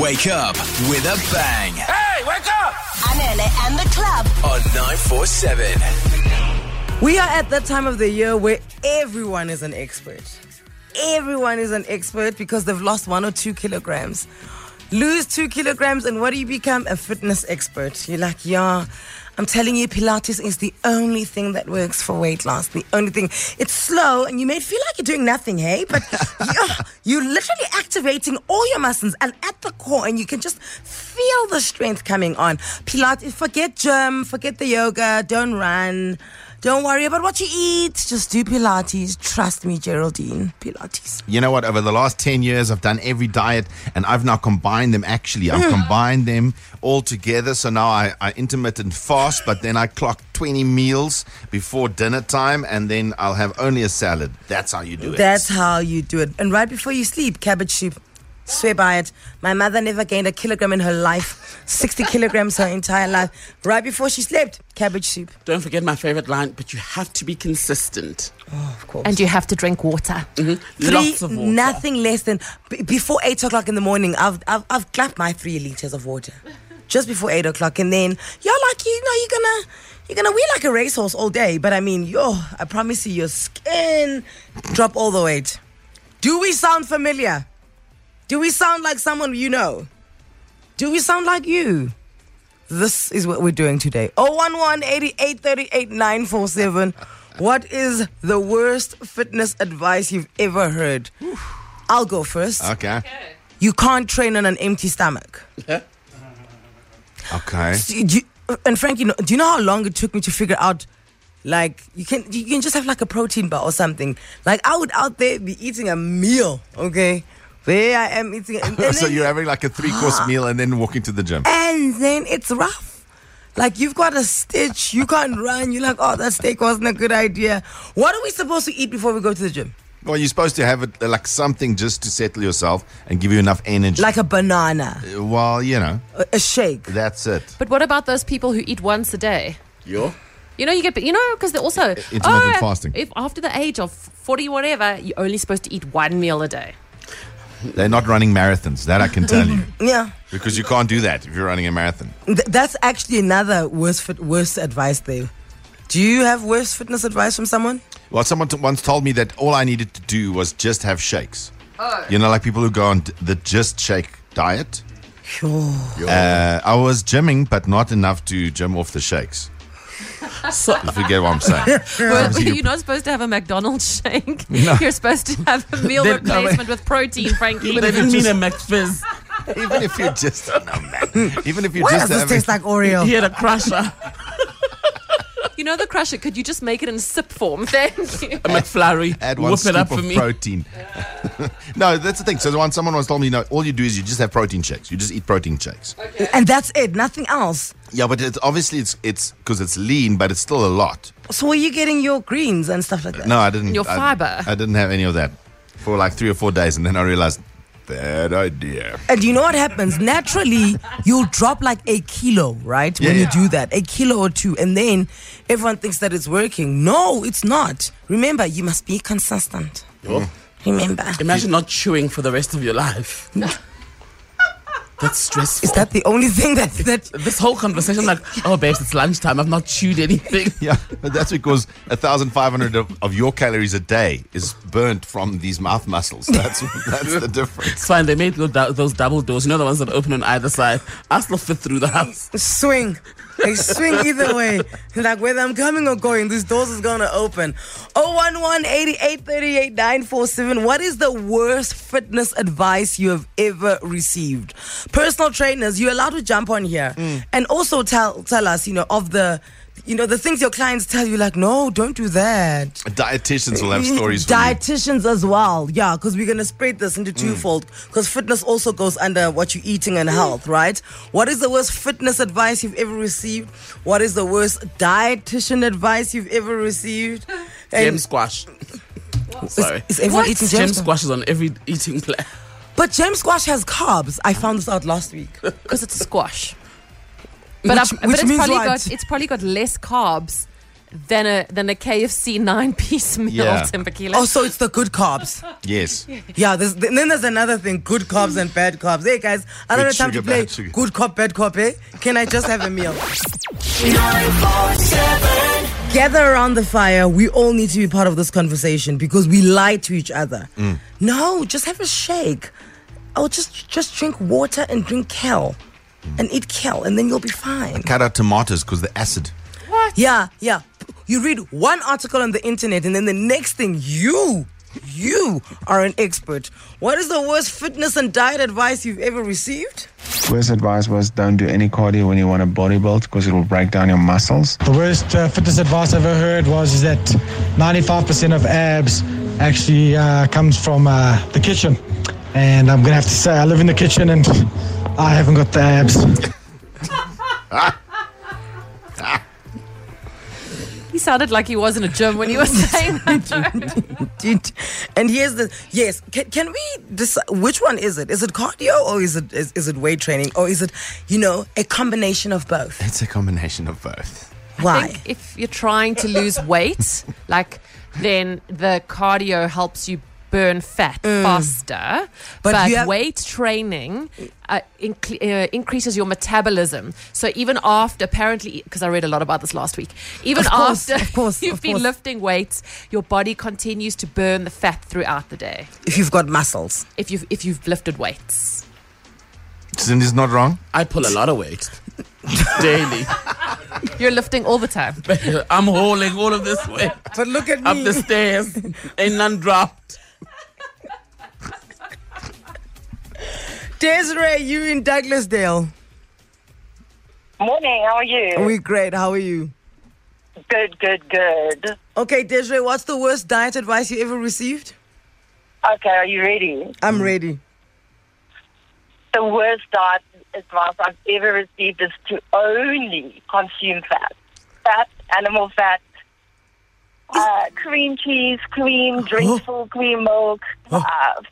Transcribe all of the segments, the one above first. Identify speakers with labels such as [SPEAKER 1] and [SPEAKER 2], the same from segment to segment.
[SPEAKER 1] Wake up with a bang
[SPEAKER 2] Hey, wake up!
[SPEAKER 3] Anele and the club.
[SPEAKER 1] on 947.
[SPEAKER 4] We are at that time of the year where everyone is an expert. Everyone is an expert because they've lost one or two kilograms. Lose two kilograms, and what do you become? A fitness expert. You're like, yeah, I'm telling you, Pilates is the only thing that works for weight loss. The only thing. It's slow, and you may feel like you're doing nothing, hey? But yeah, you're literally activating all your muscles and at the core, and you can just feel the strength coming on. Pilates, forget gym, forget the yoga, don't run. Don't worry about what you eat. Just do Pilates. Trust me, Geraldine. Pilates.
[SPEAKER 5] you know what? Over the last 10 years, I've done every diet and I've now combined them actually. I've combined them all together. So now I, I intermittent fast, but then I clock 20 meals before dinner time and then I'll have only a salad. That's how you do it.
[SPEAKER 4] That's how you do it. And right before you sleep, cabbage soup. Swear by it. My mother never gained a kilogram in her life. 60 kilograms her entire life. Right before she slept, cabbage soup.
[SPEAKER 6] Don't forget my favorite line, but you have to be consistent.
[SPEAKER 4] Of course.
[SPEAKER 7] And you have to drink water.
[SPEAKER 4] three,
[SPEAKER 6] Lots of water.
[SPEAKER 4] nothing less than b- before eight o'clock in the morning. I've I've I've clapped my three liters of water just before eight o'clock, and then you're like you know you're gonna you're gonna wheel like a racehorse all day. But I mean, yo, I promise you, your skin drop all the weight. Do we sound familiar? Do we sound like someone you know? Do we sound like you? This is what we're doing today. 011 8838 947. What is the worst fitness advice you've ever heard? I'll go first.
[SPEAKER 5] Okay.
[SPEAKER 4] You can't train on an empty stomach.
[SPEAKER 5] Okay.
[SPEAKER 4] Do you- do you- and Frank, you know, do you know how long it took me to figure out? Like you can you can just have like a protein bar or something. Like I would out there be eating a meal, okay? There I am eating. and
[SPEAKER 5] so
[SPEAKER 4] then-
[SPEAKER 5] you're having like a three course meal and then walking to the gym.
[SPEAKER 4] and then it's rough. Like you've got a stitch, you can't run. You're like, oh, that steak wasn't a good idea. What are we supposed to eat before we go to the gym?
[SPEAKER 5] Well, you're supposed to have it uh, like something just to settle yourself and give you enough energy.
[SPEAKER 4] Like a banana,
[SPEAKER 5] well, you know,
[SPEAKER 4] a, a shake.
[SPEAKER 5] that's it.
[SPEAKER 7] But what about those people who eat once a day?
[SPEAKER 6] Yo.
[SPEAKER 7] You know, you get, you know, because they're also
[SPEAKER 5] intermittent
[SPEAKER 7] oh,
[SPEAKER 5] fasting.
[SPEAKER 7] If after the age of forty, whatever, you're only supposed to eat one meal a day.
[SPEAKER 5] They're not running marathons, that I can tell you.
[SPEAKER 4] Yeah,
[SPEAKER 5] Because you can't do that if you're running a marathon.
[SPEAKER 4] Th- that's actually another worst fit, worst advice there. Do you have worst fitness advice from someone?
[SPEAKER 5] Well, someone t- once told me that all I needed to do was just have shakes. You know, like people who go on d- the just shake diet.
[SPEAKER 4] Sure.
[SPEAKER 5] Uh, I was gymming, but not enough to gym off the shakes.
[SPEAKER 6] So,
[SPEAKER 5] If you get what I'm saying.
[SPEAKER 7] Well,
[SPEAKER 5] Obviously, you-
[SPEAKER 7] you're not supposed to have a McDonald's shake. You're supposed to have a meal
[SPEAKER 5] Then- no,
[SPEAKER 7] replacement with protein, Frankie.
[SPEAKER 6] but I didn't mean a McFizz.
[SPEAKER 5] even if you just, no, man. Even if you
[SPEAKER 4] Why does
[SPEAKER 5] just
[SPEAKER 4] this
[SPEAKER 5] having-
[SPEAKER 4] taste like Oreo?
[SPEAKER 6] He had a crusher,
[SPEAKER 7] you know the crusher. Could you just make it in sip form? Thank you.
[SPEAKER 6] a McFlurry.
[SPEAKER 5] add one
[SPEAKER 6] Whip
[SPEAKER 5] scoop
[SPEAKER 6] it up for
[SPEAKER 5] of
[SPEAKER 6] me.
[SPEAKER 5] protein. no, that's the thing. So once someone once told me, no, all you do is you just have protein shakes. You just eat protein shakes.
[SPEAKER 4] And that's it, nothing else.
[SPEAKER 5] Yeah, but it's obviously it's it's because it's lean, but it's still a lot.
[SPEAKER 4] So were you getting your greens and stuff like that?
[SPEAKER 5] No, I didn't.
[SPEAKER 7] Your
[SPEAKER 5] I-
[SPEAKER 7] fiber.
[SPEAKER 5] I, didn't have any of that for like three or four days, and then I realized bad idea.
[SPEAKER 4] And you know what happens? Naturally, you'll drop like a kilo, right? When
[SPEAKER 5] Yeah,
[SPEAKER 4] you
[SPEAKER 5] yeah.
[SPEAKER 4] do that, a kilo or two. And then everyone thinks that it's working. No, it's not. Remember, you must be consistent.
[SPEAKER 5] Oh.
[SPEAKER 4] Remember.
[SPEAKER 6] Imagine not chewing for the rest of your life. That's stressful.
[SPEAKER 4] Is that the only thing that. that
[SPEAKER 6] this whole conversation, like, oh, babes, it's lunchtime. I've not chewed anything.
[SPEAKER 5] Yeah, but that's because thousand five hundred of, of your calories a day is burnt from these mouth muscles. That's that's the difference.
[SPEAKER 6] It's fine. They made those dou- those double doors. You know the ones that open on either side. I still fit through the house.
[SPEAKER 4] swing. They swing either way. Like whether I'm coming or going, these doors is gonna open. 011 8838 947. What is the worst fitness advice you have ever received? Personal trainers, you're allowed to jump on here and also tell tell us, you know, of the you know, the things your clients tell you, like, no, don't do that.
[SPEAKER 5] Dietitians will have stories. for you.
[SPEAKER 4] Mm,
[SPEAKER 5] Mm.
[SPEAKER 4] Dietitians as well, yeah, because we're gonna spread this into twofold. Because fitness also goes under what you're eating and health, right? What is the worst fitness advice you've ever received? What is the worst dietitian advice you've ever received?
[SPEAKER 6] Gem
[SPEAKER 4] And
[SPEAKER 6] squash.
[SPEAKER 4] is,
[SPEAKER 6] Sorry.
[SPEAKER 4] is everyone eating
[SPEAKER 6] Gem
[SPEAKER 4] jam squash?
[SPEAKER 6] squash is on every eating plan.
[SPEAKER 4] But jam squash has carbs. I found this out last week.
[SPEAKER 7] because it's a squash. But,
[SPEAKER 4] Which-
[SPEAKER 7] I've,
[SPEAKER 4] which
[SPEAKER 7] but it's
[SPEAKER 4] means
[SPEAKER 7] probably
[SPEAKER 4] what?
[SPEAKER 7] got it's probably got less carbs than a than a KFC nine piece meal,
[SPEAKER 5] Yeah.
[SPEAKER 7] Timber Keeler.
[SPEAKER 4] Oh, so it's the good carbs.
[SPEAKER 5] Yes.
[SPEAKER 4] Yeah, there's, th- then there's another thing good carbs and bad carbs. Hey, guys, I don't have
[SPEAKER 5] Good
[SPEAKER 4] time to
[SPEAKER 5] sugar,
[SPEAKER 4] play
[SPEAKER 5] bad sugar.
[SPEAKER 4] good cop, bad cop, eh? Can I just have a meal? Gather around the fire. We all need to be part of this conversation because we lie to each other.
[SPEAKER 5] Mm.
[SPEAKER 4] No, just have a shake. Or just just drink water and drink kale
[SPEAKER 5] Mm.
[SPEAKER 4] and eat kale, and then you'll be fine.
[SPEAKER 5] Cut out tomatoes because the acid.
[SPEAKER 4] Yeah, yeah. You read one article on the internet, and then the next thing you, you are an expert. What is the worst fitness and diet advice you've ever received?
[SPEAKER 2] Worst advice was don't do any cardio when you want to bodybuild because it will break down your muscles.
[SPEAKER 8] The worst uh, fitness advice I've ever heard was is that 95% of abs actually uh, comes from uh, the kitchen. And I'm going to have to say, I live in the kitchen and I haven't got the abs.
[SPEAKER 7] He sounded like he was in a gym when he was saying that.
[SPEAKER 4] Did- And here's the yes. Can, can we decide which one is it? Is it cardio or is it is, is it weight training or is it you know a combination of both?
[SPEAKER 5] It's a combination of both.
[SPEAKER 4] Why?
[SPEAKER 7] think if you're trying to lose weight, like then the cardio helps you burn fat faster.
[SPEAKER 4] Mm. But
[SPEAKER 7] But,
[SPEAKER 4] you have-
[SPEAKER 7] weight training uh, inc- uh, increases your metabolism. So even after, apparently, because I read a lot about this last week, even
[SPEAKER 4] Of course,
[SPEAKER 7] after
[SPEAKER 4] of course,
[SPEAKER 7] you've
[SPEAKER 4] of
[SPEAKER 7] been
[SPEAKER 4] course.
[SPEAKER 7] lifting weights, your body continues to burn the fat throughout the day.
[SPEAKER 4] if you've got muscles,
[SPEAKER 7] If you've if you've lifted weights,
[SPEAKER 5] Cindy's not wrong.
[SPEAKER 6] I pull a lot of weight daily.
[SPEAKER 7] you're lifting all the time.
[SPEAKER 6] I'm hauling all of this weight
[SPEAKER 4] but look at
[SPEAKER 6] up
[SPEAKER 4] me.
[SPEAKER 6] the stairs. Ain't none dropped.
[SPEAKER 4] Desiree, you in Douglasdale?
[SPEAKER 9] Morning, how are you?
[SPEAKER 4] We great. How are you?
[SPEAKER 9] Good, good, good.
[SPEAKER 4] Okay, Desiree, what's the worst diet advice you ever received?
[SPEAKER 9] Okay, are you ready?
[SPEAKER 4] I'm ready.
[SPEAKER 9] The worst diet advice I've ever received is to only consume fat. Fat, animal fat, uh, cream cheese, cream, drink full cream milk, uh,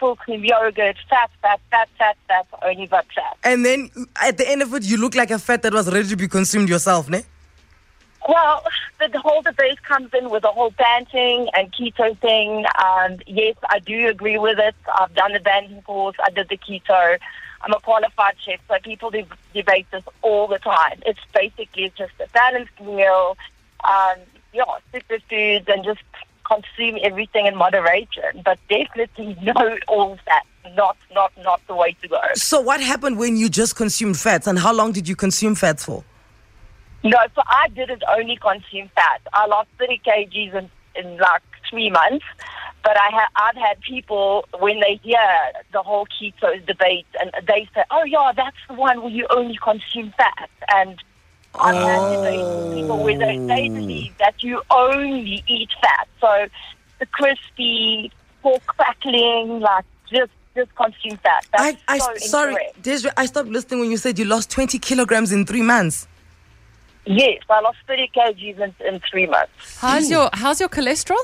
[SPEAKER 9] full cream yogurt, fat, fat, fat, fat, fat, only but fat.
[SPEAKER 4] And then at the end of it, you look like a fat that was ready to be consumed yourself, ne?
[SPEAKER 9] Well, the whole debate comes in with the whole banting and keto thing. And yes, I do agree with it. I've done the banting course. I did the keto. I'm a qualified chef, so people de- debate this all the time. It's basically just a balanced meal, um, yeah, superfoods, and just consume everything in moderation. But definitely no all fat. Not, not, not the way to go.
[SPEAKER 4] So what happened when you just consumed fats, and how long did you consume fats for?
[SPEAKER 9] No, so I didn't only consume fat. I lost 30 kgs in, in like three months. But I ha- I've had people, when they hear the whole keto debate, and they say, oh, yeah, that's the one where you only consume fat. And I've had debates with people where they,
[SPEAKER 4] Oh.
[SPEAKER 9] they believe that you only eat fat. So the crispy, pork crackling, like just, just consume fat. That's
[SPEAKER 4] I, I
[SPEAKER 9] so
[SPEAKER 4] sorry,
[SPEAKER 9] incorrect.
[SPEAKER 4] Desiree, I stopped listening when you said you lost 20 kilograms in three months.
[SPEAKER 9] Yes, I lost 30 kgs in, in three months.
[SPEAKER 7] How's your how's your cholesterol?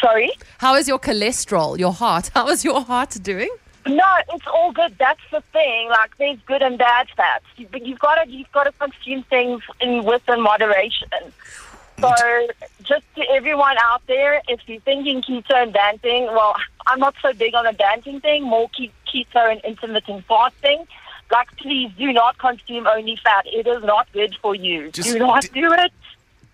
[SPEAKER 9] Sorry?
[SPEAKER 7] How is your cholesterol? Your heart? How is your heart doing?
[SPEAKER 9] No, it's all good. That's the thing. Like there's good and bad fats, You- but you've got to you've got to consume things in within moderation. So, just to everyone out there, if you're thinking keto and dancing, well, I'm not so big on the dancing thing. More ke- keto and intermittent fasting. Like, please do not consume only fat. It is not good for you.
[SPEAKER 5] Just
[SPEAKER 9] do not
[SPEAKER 5] d-
[SPEAKER 9] do it.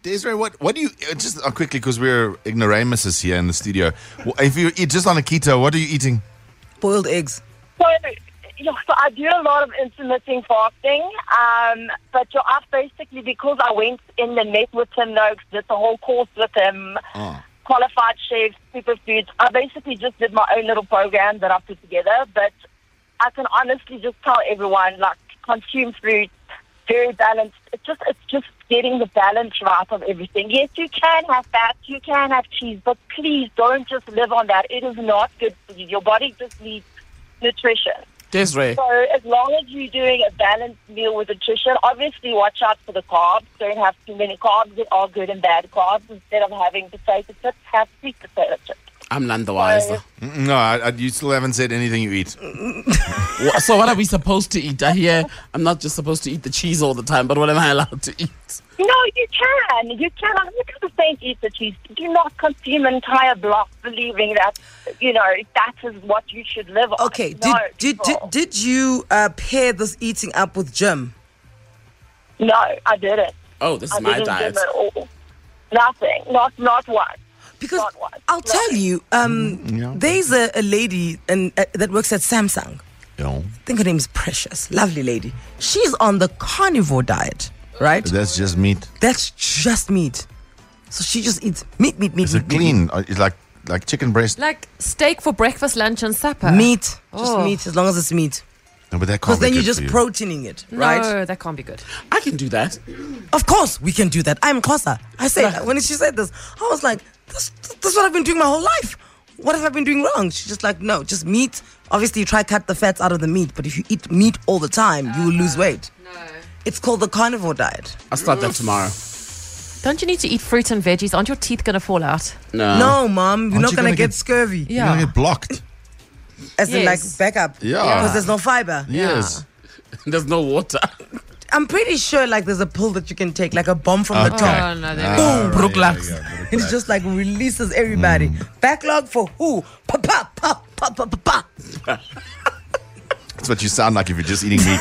[SPEAKER 5] Desiree, what, what do you, uh, just uh, quickly, because we're ignoramuses here in the studio. Wh- If you eat just on a keto, what are you eating?
[SPEAKER 4] Boiled eggs.
[SPEAKER 9] So, you know, so I do a lot of intermittent fasting, um, but you know, I've basically, because I went in the net with Tim Noakes, did the whole course with him,
[SPEAKER 5] Ah.
[SPEAKER 9] qualified chef, superfoods, I basically just did my own little program that I put together, but I can honestly just tell everyone, like, consume fruit, very balanced. It's just, it's just getting the balance right of everything. Yes, you can have fat, you can have cheese, but please don't just live on that. It is not good for you. Your body just needs nutrition.
[SPEAKER 6] Desiree,
[SPEAKER 9] So as long as you're doing a balanced meal with nutrition, obviously watch out for the carbs. Don't have too many carbs. There are good and bad carbs. Instead of having potato chips, have sweet potato chips.
[SPEAKER 6] I'm none the wiser.
[SPEAKER 5] Mm, No, I, I, you still haven't said anything you eat.
[SPEAKER 6] Wha- So what are we supposed to eat? I hear I'm not just supposed to eat the cheese all the time, but what am I allowed to eat?
[SPEAKER 9] No, you can. You can. I'm not going to say eat the cheese. Do not consume entire blocks believing that, you know, that is what you should live on.
[SPEAKER 4] Okay,
[SPEAKER 9] No,
[SPEAKER 4] did, did, did,
[SPEAKER 9] people.
[SPEAKER 4] did you uh, pair this eating up with gym?
[SPEAKER 9] No, I didn't.
[SPEAKER 6] Oh, this
[SPEAKER 9] I
[SPEAKER 6] is my
[SPEAKER 9] didn't
[SPEAKER 6] diet.
[SPEAKER 9] gym at all. Nothing. Not not one.
[SPEAKER 4] Because
[SPEAKER 9] Not one.
[SPEAKER 4] I'll tell you, um,
[SPEAKER 5] yeah.
[SPEAKER 4] there's a, a lady in, uh, that works at Samsung.
[SPEAKER 5] No.
[SPEAKER 4] I think her name's Precious, lovely lady. She's on the carnivore diet, right?
[SPEAKER 5] That's just meat.
[SPEAKER 4] That's just meat. So she just eats meat, meat, meat,
[SPEAKER 5] Is
[SPEAKER 4] meat,
[SPEAKER 5] it
[SPEAKER 4] meat,
[SPEAKER 5] clean? Uh, It's like like chicken breast.
[SPEAKER 7] Like steak for breakfast, lunch, and supper.
[SPEAKER 4] meat, meat. Just
[SPEAKER 7] Oh.
[SPEAKER 4] meat, as long as it's meat.
[SPEAKER 5] No, but that
[SPEAKER 4] Because
[SPEAKER 5] can't be
[SPEAKER 4] then you're
[SPEAKER 5] good
[SPEAKER 4] just
[SPEAKER 5] Oh, for you.
[SPEAKER 4] proteining it,
[SPEAKER 7] No,
[SPEAKER 4] right?
[SPEAKER 7] that can't be good.
[SPEAKER 6] I can do that.
[SPEAKER 4] Of course, we can do that. I'm Kosa. I said when she said this, I was like, this, this is what I've been doing my whole life. What have I been doing wrong? She's just like, no, just meat. Obviously, you try cut the fats out of the meat, but if you eat meat all the time, you will
[SPEAKER 7] Uh,
[SPEAKER 4] lose weight. No. It's called the carnivore diet.
[SPEAKER 6] I'll start that tomorrow.
[SPEAKER 7] Don't you need to eat fruit and veggies? Aren't your teeth going to fall out?
[SPEAKER 6] No.
[SPEAKER 4] no, mom, you're
[SPEAKER 5] Uh, Aren't
[SPEAKER 4] not gonna,
[SPEAKER 5] you gonna
[SPEAKER 4] get,
[SPEAKER 5] get-
[SPEAKER 4] scurvy.
[SPEAKER 5] You're
[SPEAKER 7] Yeah.
[SPEAKER 5] gonna get blocked.
[SPEAKER 4] As in, like,
[SPEAKER 7] Yes.
[SPEAKER 4] backup.
[SPEAKER 5] Yeah.
[SPEAKER 4] Because there's no fiber.
[SPEAKER 5] Yes.
[SPEAKER 6] There's no water.
[SPEAKER 4] I'm pretty sure, like, there's a pill that you can take, like a bomb from the
[SPEAKER 5] Okay.
[SPEAKER 4] top.
[SPEAKER 7] Oh, no. There
[SPEAKER 5] Ah,
[SPEAKER 4] Boom,
[SPEAKER 5] right,
[SPEAKER 4] Brooklax.
[SPEAKER 5] yeah, yeah,
[SPEAKER 4] It just like releases everybody. Backlog for who? Pa pa pa pa pa pa pa.
[SPEAKER 5] That's what you sound like if you're just eating meat.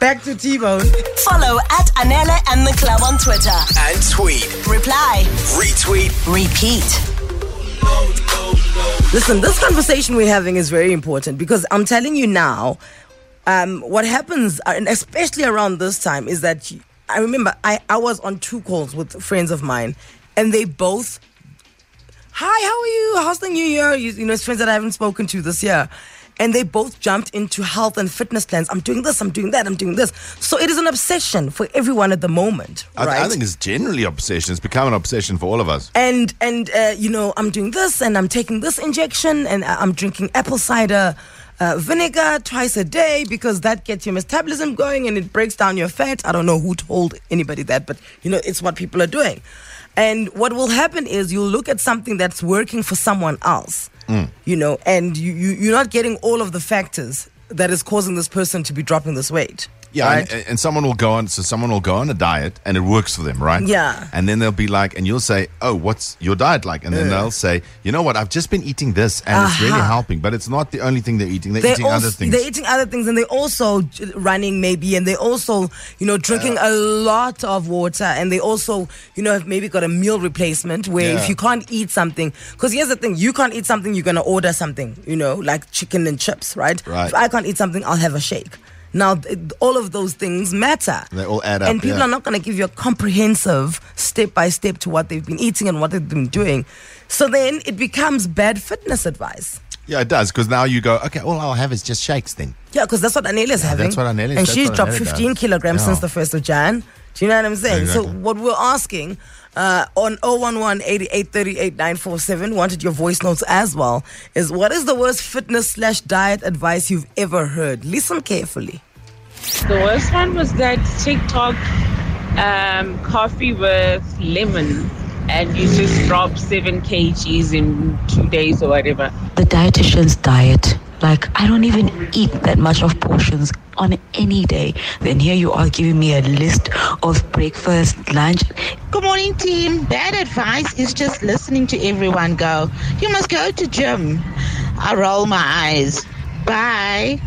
[SPEAKER 4] Back to T-Bone.
[SPEAKER 3] Follow at Anela and the club on Twitter.
[SPEAKER 1] And tweet,
[SPEAKER 3] Reply,
[SPEAKER 1] retweet,
[SPEAKER 3] repeat.
[SPEAKER 4] Listen, this conversation we're having is very important because I'm telling you now, um, what happens, uh, and especially around this time, is that you- I remember I, I was on two calls with friends of mine, and they both, hi, how are you? How's the new year? You, you know, it's friends that I haven't spoken to this year. And they both jumped into health and fitness plans. I'm doing this, I'm doing that, I'm doing this. So it is an obsession for everyone at the moment,
[SPEAKER 5] I,
[SPEAKER 4] right?
[SPEAKER 5] I think it's generally obsession. It's become an obsession for all of us.
[SPEAKER 4] and and uh, you know I'm doing this and I'm taking this injection and I- I'm drinking apple cider uh, vinegar twice a day because that gets your metabolism going and it breaks down your fat. I don't know who told anybody that, but you know it's what people are doing. And what will happen is you'll look at something that's working for someone else, you know, and you, you you're not getting all of the factors that is causing this person to be dropping this weight.
[SPEAKER 5] Yeah,
[SPEAKER 4] right?
[SPEAKER 5] and, and someone will go on. So someone will go on a diet, and it works for them, right?
[SPEAKER 4] Yeah.
[SPEAKER 5] And then they'll be like, and you'll say, "Oh, what's your diet like?" And then they'll say, "You know what? I've just been eating this, and it's really
[SPEAKER 4] Aha.
[SPEAKER 5] helping." But it's not the only thing they're eating. They're,
[SPEAKER 4] Uh-huh. they're
[SPEAKER 5] eating
[SPEAKER 4] also,
[SPEAKER 5] other things.
[SPEAKER 4] They're eating other things, and they're also j- running maybe, and they're also you know drinking a lot of water, and they also you know have maybe got a meal replacement where
[SPEAKER 5] Yeah.
[SPEAKER 4] if you can't eat something, because here's the thing, you can't eat something, you're gonna order something, you know, like chicken and chips, right?
[SPEAKER 5] Right.
[SPEAKER 4] If I can't eat something, I'll have a shake. Now, th- all of those things matter.
[SPEAKER 5] They all add up,
[SPEAKER 4] And people
[SPEAKER 5] yeah.
[SPEAKER 4] are not going to give you a comprehensive step by step to what they've been eating and what they've been doing. So then it becomes bad fitness advice.
[SPEAKER 5] yeah, it does because now you go, okay, all I'll have is just shakes then.
[SPEAKER 4] Yeah, because that's what Anela's having.
[SPEAKER 5] that's what Anela's-
[SPEAKER 4] And
[SPEAKER 5] that's
[SPEAKER 4] she's
[SPEAKER 5] what
[SPEAKER 4] dropped
[SPEAKER 5] Anela
[SPEAKER 4] 15
[SPEAKER 5] does.
[SPEAKER 4] kilograms
[SPEAKER 5] Yeah.
[SPEAKER 4] since the 1st of Jan. Do you know what I'm saying? So
[SPEAKER 5] Exactly.
[SPEAKER 4] what we're asking uh, on 011 8838 947, wanted your voice notes as well, is what is the worst fitness slash diet advice you've ever heard? Listen carefully.
[SPEAKER 10] The worst one was that TikTok um, coffee with lemon, and you just drop seven kgs in two days or whatever.
[SPEAKER 11] the dietitian's diet. Like, I don't even eat that much of portions on any day. Then here you are giving me a list of breakfast, lunch.
[SPEAKER 10] Good morning, team. Bad advice is just listening to everyone go. You must go to gym. I roll my eyes. Bye.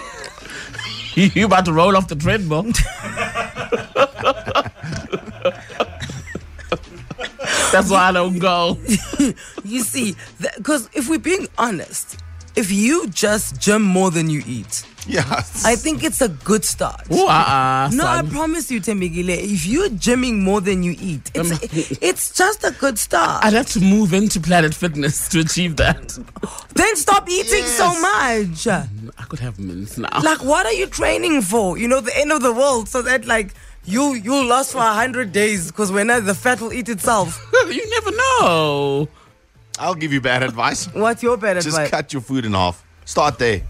[SPEAKER 6] you about to roll off the treadmill. That's why I don't go.
[SPEAKER 4] You see, because if we're being honest, if you just gym more than you eat,
[SPEAKER 5] Yes.
[SPEAKER 4] I think it's a good start.
[SPEAKER 6] Ooh, uh-uh,
[SPEAKER 4] No, I
[SPEAKER 6] son.
[SPEAKER 4] promise you, Tembigile, if you're gymming more than you eat, it's, it's just a good start.
[SPEAKER 6] I'd have to move into Planet Fitness to achieve that.
[SPEAKER 4] then stop eating so much.
[SPEAKER 6] I could have mints now.
[SPEAKER 4] Like, what are you training for? You know, the end of the world, so that, like, you you'll last for 100 days because when the fat will eat itself.
[SPEAKER 6] you never know.
[SPEAKER 5] I'll give you bad advice.
[SPEAKER 4] What's your better
[SPEAKER 5] just
[SPEAKER 4] advice?
[SPEAKER 5] cut your food in half. Start there.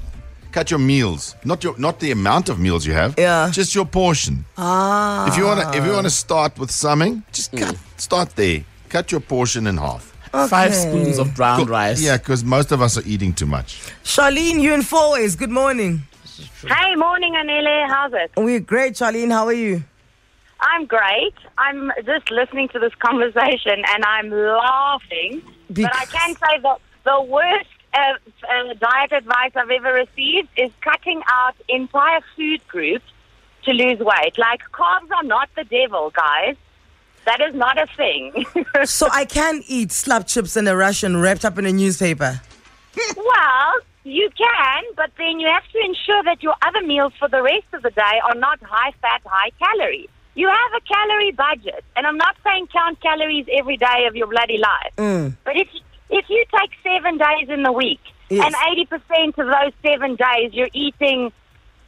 [SPEAKER 5] Cut your meals, not your not the amount of meals you have.
[SPEAKER 4] Yeah.
[SPEAKER 5] Just your portion.
[SPEAKER 4] Hmm.
[SPEAKER 5] Ah. If you wanna if you wanna start with something, just cut. Start there. Cut your portion in half.
[SPEAKER 6] Five
[SPEAKER 4] Okay.
[SPEAKER 6] spoons of brown rice.
[SPEAKER 5] Yeah, because most of us are eating too much.
[SPEAKER 4] Charlene, you in four ways. Good morning.
[SPEAKER 9] Hey, morning, Anele. How's it?
[SPEAKER 4] We're great, Charlene. How are you?
[SPEAKER 9] I'm great. I'm just listening to this conversation and I'm laughing. But I can say that the worst uh, uh, diet advice I've ever received is cutting out entire food groups to lose weight. Like, carbs are not the devil, guys. That is not a thing.
[SPEAKER 4] so I can eat slab chips and a Russian wrapped up in a newspaper.
[SPEAKER 9] well, you can, but then you have to ensure that your other meals for the rest of the day are not high fat, high calorie. You have a calorie budget, and I'm not saying count calories every day of your bloody life.
[SPEAKER 4] Mm.
[SPEAKER 9] But if if you take seven days in the week,
[SPEAKER 4] Yes.
[SPEAKER 9] and eighty percent of those seven days you're eating,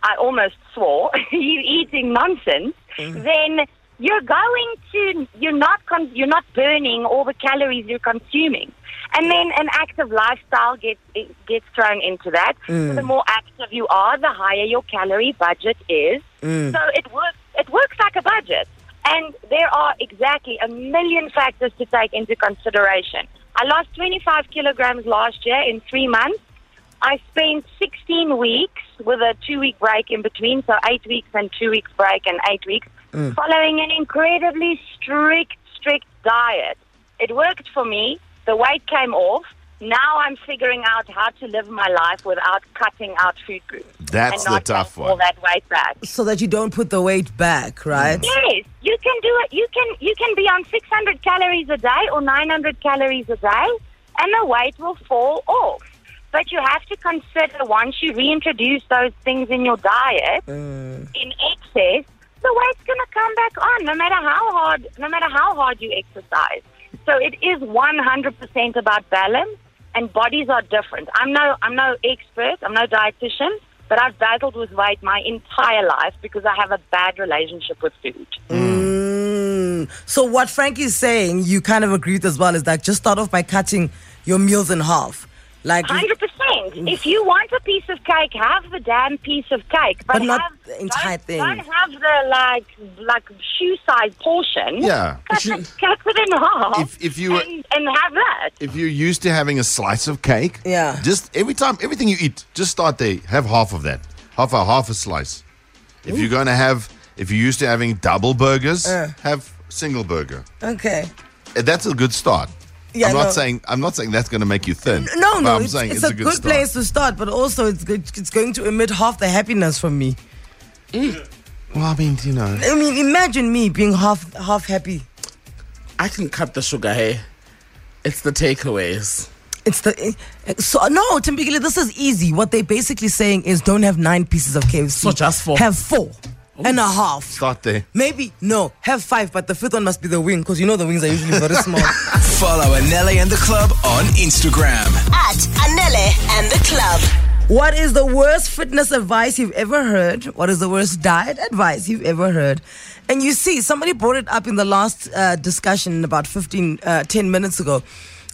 [SPEAKER 9] I almost swore you're eating nonsense,
[SPEAKER 12] Mm.
[SPEAKER 9] then you're going to you're not con- you're not burning all the calories you're consuming, and then an active lifestyle gets it gets thrown into that.
[SPEAKER 12] Mm.
[SPEAKER 9] So the more active you are, the higher your calorie budget is.
[SPEAKER 12] Mm.
[SPEAKER 9] So it works. It works like a budget, and there are exactly a million factors to take into consideration. I lost 25 kilograms last year in three months. I spent 16 weeks with a two-week break in between, so eight weeks and two weeks break and eight weeks,
[SPEAKER 12] Mm.
[SPEAKER 9] following an incredibly strict, strict diet. It worked for me. The weight came off. Now I'm figuring out how to live my life without cutting out food groups. and
[SPEAKER 5] That's the
[SPEAKER 9] not
[SPEAKER 5] tough
[SPEAKER 9] all
[SPEAKER 5] one.
[SPEAKER 9] that weight back.
[SPEAKER 4] So that you don't put the weight back, right?
[SPEAKER 5] Mm.
[SPEAKER 9] Yes, you can do it. You can you can be on 600 calories a day or 900 calories a day, and the weight will fall off. But you have to consider once you reintroduce those things in your diet in excess, the weight's going to come back on, no matter how hard no matter how hard you exercise. So it is 100% about balance, and bodies are different. I'm no I'm no expert. I'm no dietitian. But I've battled with weight my entire life because I have a bad relationship with food.
[SPEAKER 4] Mm. So what Frank is saying, you kind of agree with as well, is that just start off by cutting your meals in half. Like
[SPEAKER 9] Hundred percent. If you want a piece of cake, have the damn piece of cake, but,
[SPEAKER 4] But not
[SPEAKER 9] have,
[SPEAKER 4] the entire
[SPEAKER 9] don't,
[SPEAKER 4] thing.
[SPEAKER 9] Don't have the like like shoe size portion.
[SPEAKER 5] Yeah.
[SPEAKER 9] cut it, cut it in half.
[SPEAKER 5] If- if you were-
[SPEAKER 9] and, and have that.
[SPEAKER 5] If you're used to having a slice of cake,
[SPEAKER 4] Yeah.
[SPEAKER 5] just every time, everything you eat, just start there. Have half of that, half a half a slice. If you're going to have, if you're used to having double burgers,
[SPEAKER 4] Uh.
[SPEAKER 5] have single burger.
[SPEAKER 4] Okay.
[SPEAKER 5] Uh, That's a good start.
[SPEAKER 4] Yeah,
[SPEAKER 5] I'm not
[SPEAKER 4] no.
[SPEAKER 5] saying I'm not saying that's going to make you thin.
[SPEAKER 4] No,
[SPEAKER 5] but
[SPEAKER 4] no,
[SPEAKER 5] I'm
[SPEAKER 4] it's,
[SPEAKER 5] saying
[SPEAKER 4] it's a, good,
[SPEAKER 5] start.
[SPEAKER 4] place to start, but also it's good, it's going to emit half the happiness from me.
[SPEAKER 5] Mm. Well, I mean, you know.
[SPEAKER 4] I mean, imagine me being half half happy.
[SPEAKER 6] I can cut the sugar, hey. It's the takeaways.
[SPEAKER 4] It's the eh, so no, typically this is easy. What they're basically saying is don't have nine pieces of KFC. So
[SPEAKER 6] just four.
[SPEAKER 4] Have four and a half.
[SPEAKER 5] Start there.
[SPEAKER 4] Maybe no, have five, but the fifth one must be the wing because you know the wings are usually very small.
[SPEAKER 1] Follow Anele and the club on Instagram.
[SPEAKER 10] At Anele and the club.
[SPEAKER 4] What is the worst fitness advice you've ever heard? What is the worst diet advice you've ever heard? And you see, somebody brought it up in the last uh, discussion about 15, uh, 10 minutes ago.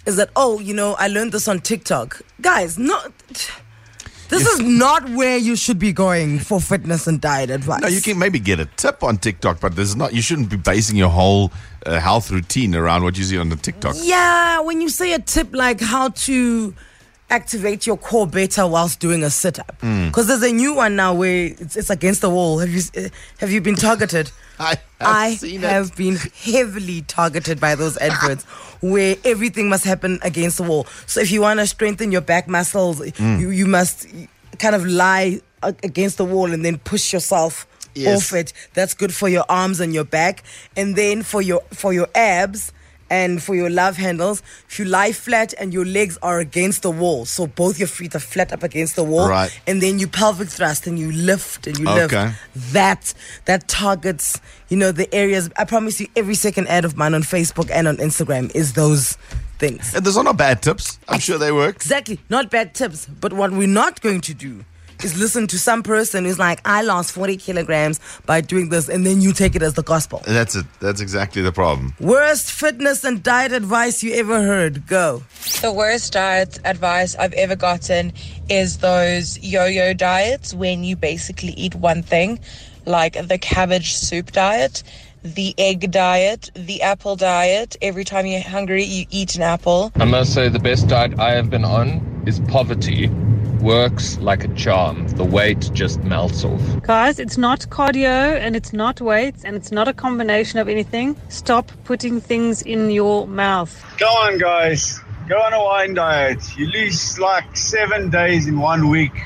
[SPEAKER 4] Is that, oh, you know, I learned this on TikTok. Guys, no, this is not where you should be going for fitness and diet advice.
[SPEAKER 5] No, you can maybe get a tip on TikTok, but there's not. You shouldn't be basing your whole uh, health routine around what you see on the TikTok.
[SPEAKER 4] Yeah, when you say a tip like how to activate your core better whilst doing a sit up,
[SPEAKER 5] Mm.
[SPEAKER 4] because there's a new one now where it's, it's against the wall. Have you s- uh, have you been targeted?
[SPEAKER 5] I have,
[SPEAKER 4] I have been heavily targeted by those adverts where everything must happen against the wall. So if you want to strengthen your back muscles,
[SPEAKER 12] Mm.
[SPEAKER 4] you you must kind of lie a- against the wall and then push yourself
[SPEAKER 12] Yes.
[SPEAKER 4] off it. That's good for your arms and your back, and then for your for your abs and for your love handles. If you lie flat and your legs are against the wall, so both your feet are flat up against the wall,
[SPEAKER 5] Right.
[SPEAKER 4] and then you pelvic thrust and you lift and you lift.
[SPEAKER 5] Okay.
[SPEAKER 4] That that targets you know the areas. I promise you, every second ad of mine on Facebook and on Instagram is those things.
[SPEAKER 5] And those are not bad tips. I'm sure they work.
[SPEAKER 4] Exactly. Not bad tips. But what we're not going to do is listen to some person who's like, I lost 40 kilograms by doing this, and then you take it as the gospel.
[SPEAKER 5] That's it. That's exactly the problem.
[SPEAKER 4] Worst fitness and diet advice you ever heard. Go.
[SPEAKER 7] The worst diet advice I've ever gotten is those yo yo diets when you basically eat one thing, like the cabbage soup diet.
[SPEAKER 13] the egg diet, the apple diet. Every time you're hungry, you eat an apple.
[SPEAKER 14] I must say, the best diet I have been on is poverty. Works like a charm. The weight just melts off.
[SPEAKER 6] Guys, it's not cardio and it's not weights and it's not a combination of anything. Stop putting things in your mouth.
[SPEAKER 1] Go on, guys. Go on a wine diet. You lose like seven days in one week.